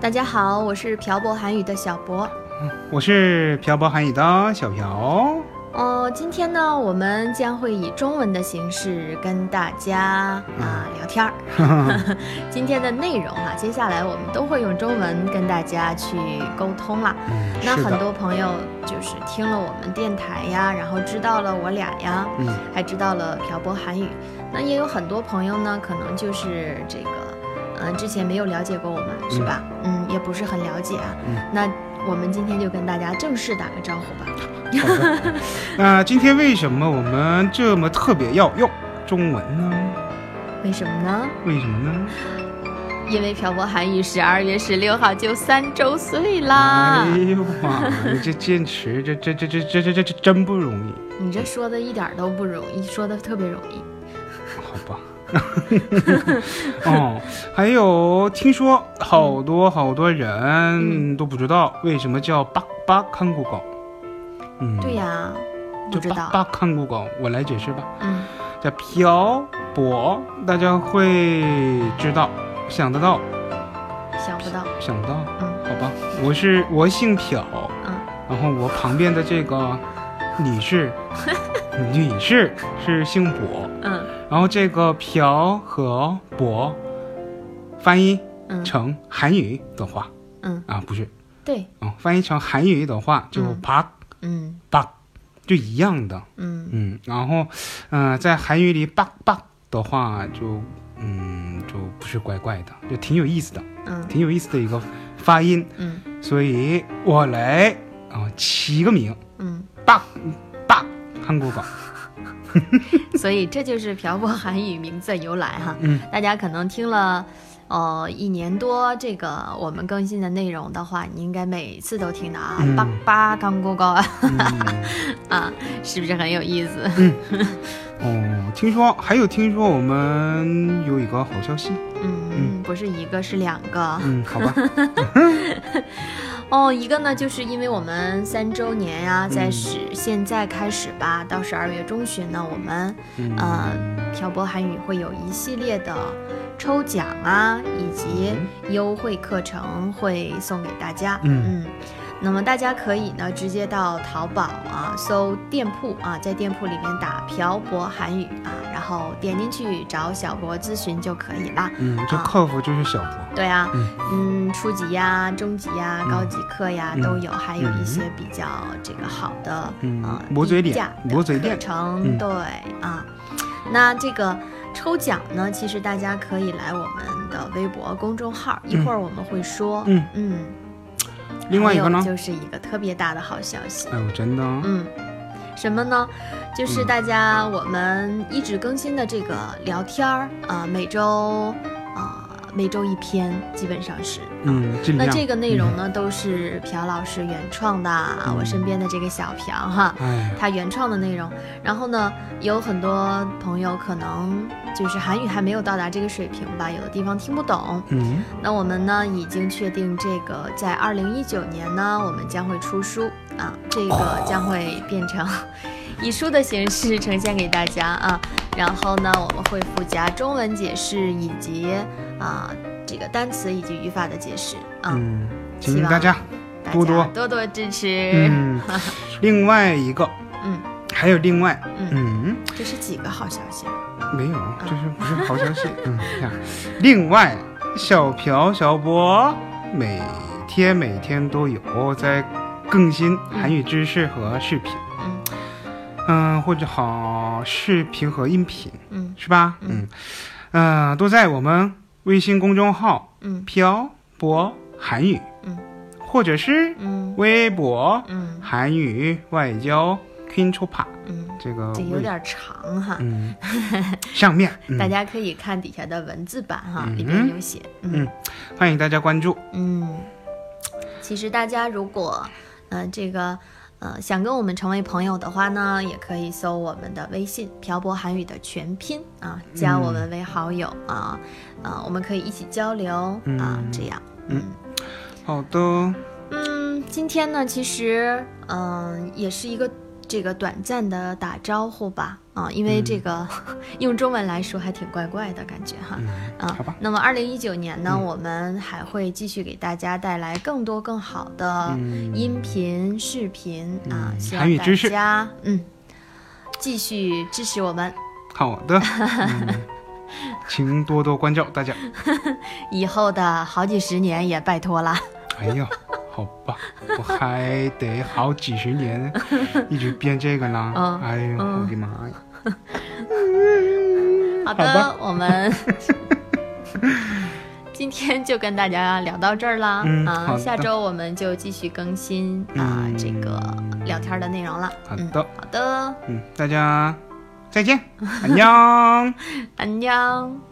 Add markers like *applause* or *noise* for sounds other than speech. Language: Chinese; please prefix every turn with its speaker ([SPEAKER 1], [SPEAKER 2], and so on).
[SPEAKER 1] 大家好，我是漂泊韩语的小博。
[SPEAKER 2] 我是漂泊韩语的小朴。
[SPEAKER 1] 哦，今天呢，我们将会以中文的形式跟大家
[SPEAKER 2] 嗯
[SPEAKER 1] 啊聊天儿。
[SPEAKER 2] *laughs*
[SPEAKER 1] 今天的内容哈、接下来我们都会用中文跟大家去沟通啦。
[SPEAKER 2] 嗯，
[SPEAKER 1] 那
[SPEAKER 2] 是
[SPEAKER 1] 很
[SPEAKER 2] 的，
[SPEAKER 1] 多朋友就是听了我们电台呀，然后知道了我俩呀，
[SPEAKER 2] 嗯，
[SPEAKER 1] 还知道了漂泊韩语。那也有很多朋友呢，可能就是这个，嗯、之前没有了解过我们，是吧？嗯，也不是很了解啊。
[SPEAKER 2] 嗯
[SPEAKER 1] 那我们今天就跟大家正式打个招呼吧。
[SPEAKER 2] 好的。那今天为什么我们这么特别要用中文呢？
[SPEAKER 1] 为什么呢？
[SPEAKER 2] 为什么呢？
[SPEAKER 1] 因为漂泊韩语十二月十六号就三周岁啦。
[SPEAKER 2] 哎呦妈，你这坚持，这这这这这这这这真不容易，
[SPEAKER 1] 你这说的一点儿都不容易，说的特别容易。
[SPEAKER 2] 好吧？ *laughs* 哦，还有听说好多好多人都不知道为什么叫八八看古狗。嗯，
[SPEAKER 1] 对呀、不
[SPEAKER 2] 就
[SPEAKER 1] 知
[SPEAKER 2] 八
[SPEAKER 1] 道。
[SPEAKER 2] 八看古狗，我来解释吧。
[SPEAKER 1] 嗯，
[SPEAKER 2] 叫漂泊，大家会知道，想得到，
[SPEAKER 1] 想不到。
[SPEAKER 2] 想不到，
[SPEAKER 1] 嗯
[SPEAKER 2] 好吧。我是我姓朴，
[SPEAKER 1] 嗯，
[SPEAKER 2] 然后我旁边的这个女士，
[SPEAKER 1] *laughs*
[SPEAKER 2] 女士是姓博，
[SPEAKER 1] 嗯
[SPEAKER 2] 然后这个朴和博翻译
[SPEAKER 1] 嗯
[SPEAKER 2] 成韩语的话
[SPEAKER 1] 嗯，
[SPEAKER 2] 啊，不是，
[SPEAKER 1] 对，
[SPEAKER 2] 嗯，翻译成韩语的话就
[SPEAKER 1] 嗯
[SPEAKER 2] 啪
[SPEAKER 1] 嗯
[SPEAKER 2] 啪，就一样的。
[SPEAKER 1] 嗯
[SPEAKER 2] 嗯，然后，嗯、在韩语里“爸爸”的话就，嗯，就不是怪怪的，就挺有意思的，
[SPEAKER 1] 嗯
[SPEAKER 2] 挺有意思的一个发音。
[SPEAKER 1] 嗯
[SPEAKER 2] 所以我来啊、起个名，
[SPEAKER 1] 嗯，
[SPEAKER 2] 爸爸，韩国版。
[SPEAKER 1] *laughs* 所以这就是漂泊韩语名字的由来哈。
[SPEAKER 2] 嗯，
[SPEAKER 1] 大家可能听了。呃，一年多这个我们更新的内容的话，你应该每次都听到啊，
[SPEAKER 2] 嗯
[SPEAKER 1] 八八刚过高啊，
[SPEAKER 2] 嗯
[SPEAKER 1] *laughs* 啊，是不是很有
[SPEAKER 2] *laughs*
[SPEAKER 1] 意思？
[SPEAKER 2] 哦，听说还有听说我们有一个好消息，
[SPEAKER 1] 嗯，不是一个是两个
[SPEAKER 2] 嗯，好吧，
[SPEAKER 1] 哦，一个呢就是因为我们三周年呀、在
[SPEAKER 2] 嗯
[SPEAKER 1] 十、现在开始吧，到十二月中旬呢，我们 *laughs*
[SPEAKER 2] 嗯，
[SPEAKER 1] 呃漂泊韩语会有一系列的抽奖啊，以及优惠课程会送给大家。
[SPEAKER 2] 嗯
[SPEAKER 1] 那么大家可以呢直接到淘宝啊搜店铺啊，在店铺里面打漂泊韩语啊，然后点进去找小博咨询就可以啦。
[SPEAKER 2] 嗯，这
[SPEAKER 1] 啊
[SPEAKER 2] 客服就是小博，
[SPEAKER 1] 对啊，
[SPEAKER 2] 嗯
[SPEAKER 1] 嗯，初级呀、中级呀、
[SPEAKER 2] 嗯
[SPEAKER 1] 高级课呀、
[SPEAKER 2] 嗯
[SPEAKER 1] 都有，还有一
[SPEAKER 2] 嗯
[SPEAKER 1] 些比较这个好的，
[SPEAKER 2] 嗯
[SPEAKER 1] 呃，
[SPEAKER 2] 磨嘴
[SPEAKER 1] 低
[SPEAKER 2] 脸
[SPEAKER 1] 价的
[SPEAKER 2] 磨嘴
[SPEAKER 1] 课
[SPEAKER 2] 脸
[SPEAKER 1] 程，
[SPEAKER 2] 嗯
[SPEAKER 1] 对啊。那这个抽奖呢，其实大家可以来我们的微博公众号，一会儿我们会说，
[SPEAKER 2] 嗯
[SPEAKER 1] 嗯。
[SPEAKER 2] 另外一个呢
[SPEAKER 1] 还有就是一个特别大的好消息，
[SPEAKER 2] 哎呦，真的，
[SPEAKER 1] 嗯，什么呢？就是
[SPEAKER 2] 嗯
[SPEAKER 1] 大家我们一直更新的这个聊天儿啊、每周啊、每周一篇，基本上是。啊
[SPEAKER 2] 嗯，尽
[SPEAKER 1] 那
[SPEAKER 2] 量。
[SPEAKER 1] 这个内容呢，都是朴老师原创的，啊我身边的这个小朴哈，
[SPEAKER 2] 哎，
[SPEAKER 1] 他原创的内容。然后呢，有很多朋友可能就是韩语还没有到达这个水平吧，有的地方听不懂。
[SPEAKER 2] 嗯，
[SPEAKER 1] 那我们呢，已经确定这个在二零一九年呢，我们将会出书啊，这个
[SPEAKER 2] 哦
[SPEAKER 1] 将会变成以书的形式呈现给大家啊。然后呢，我们会附加中文解释以及啊这个单词以及语法的解释啊，
[SPEAKER 2] 嗯，
[SPEAKER 1] 希
[SPEAKER 2] 请
[SPEAKER 1] 望
[SPEAKER 2] 大家
[SPEAKER 1] 大家
[SPEAKER 2] 多多
[SPEAKER 1] 多多支持。
[SPEAKER 2] 嗯，另外一个，
[SPEAKER 1] 嗯
[SPEAKER 2] 还有另外，
[SPEAKER 1] 嗯，
[SPEAKER 2] 嗯，
[SPEAKER 1] 这是几个好消息？
[SPEAKER 2] 没有，这是不是好消息？嗯，呀另外，小朴小博每天每天都有在更新韩语知识和视频，
[SPEAKER 1] 嗯
[SPEAKER 2] 嗯、或者好视频和音频，
[SPEAKER 1] 嗯
[SPEAKER 2] 是吧？嗯，嗯、都在我们微信公众号
[SPEAKER 1] 嗯
[SPEAKER 2] “朴博韩语”，
[SPEAKER 1] 嗯，
[SPEAKER 2] 或者是
[SPEAKER 1] 嗯
[SPEAKER 2] 微博
[SPEAKER 1] 嗯
[SPEAKER 2] 韩语外交 King Chopa
[SPEAKER 1] 嗯，
[SPEAKER 2] 这个
[SPEAKER 1] 这有
[SPEAKER 2] 位
[SPEAKER 1] 点长哈。
[SPEAKER 2] 嗯，上面、嗯、
[SPEAKER 1] 大家可以看底下的文字版哈，
[SPEAKER 2] 嗯
[SPEAKER 1] 里面有写。嗯
[SPEAKER 2] 欢迎大家关注。
[SPEAKER 1] 嗯，其实大家如果嗯、呃这个呃想跟我们成为朋友的话呢，也可以搜我们的微信“漂泊韩语”的全拼啊，加我们为好友啊啊，我们可以一起交流啊，这样嗯。
[SPEAKER 2] 好的，
[SPEAKER 1] 嗯，今呃天呢，其实嗯、也是一个这个短暂的打招呼吧。啊，因为这个 *laughs* 用中文来说还挺怪怪的感觉哈。
[SPEAKER 2] 嗯，
[SPEAKER 1] 啊
[SPEAKER 2] 好吧，
[SPEAKER 1] 那么二零一九年呢，
[SPEAKER 2] 嗯
[SPEAKER 1] 我们还会继续给大家带来更多更好的
[SPEAKER 2] 嗯
[SPEAKER 1] 音频、视频啊，
[SPEAKER 2] 嗯
[SPEAKER 1] 希
[SPEAKER 2] 韩
[SPEAKER 1] 望
[SPEAKER 2] 语
[SPEAKER 1] 大
[SPEAKER 2] 知识
[SPEAKER 1] 家嗯继续支持我们，
[SPEAKER 2] 好的，嗯请多多关照大家。
[SPEAKER 1] 以后的好几十年也拜托了。
[SPEAKER 2] 哎
[SPEAKER 1] *laughs*
[SPEAKER 2] 呀，好吧，我还得好几十
[SPEAKER 1] *laughs*
[SPEAKER 2] 年一直编这个啦。
[SPEAKER 1] 嗯
[SPEAKER 2] 哎呀，
[SPEAKER 1] 嗯
[SPEAKER 2] 我的妈呀！
[SPEAKER 1] 好
[SPEAKER 2] 嗯好
[SPEAKER 1] 的
[SPEAKER 2] 吧，
[SPEAKER 1] 我们 *laughs* 今天就跟大家聊到这儿啦。
[SPEAKER 2] 嗯
[SPEAKER 1] 啊，
[SPEAKER 2] 好
[SPEAKER 1] 下
[SPEAKER 2] 的
[SPEAKER 1] 周我们就继续更新啊、
[SPEAKER 2] 嗯
[SPEAKER 1] 这个聊天的内容了。
[SPEAKER 2] 好
[SPEAKER 1] 嗯，
[SPEAKER 2] 的
[SPEAKER 1] 好的， *laughs*
[SPEAKER 2] 嗯，大家再见，안녕。
[SPEAKER 1] 安江。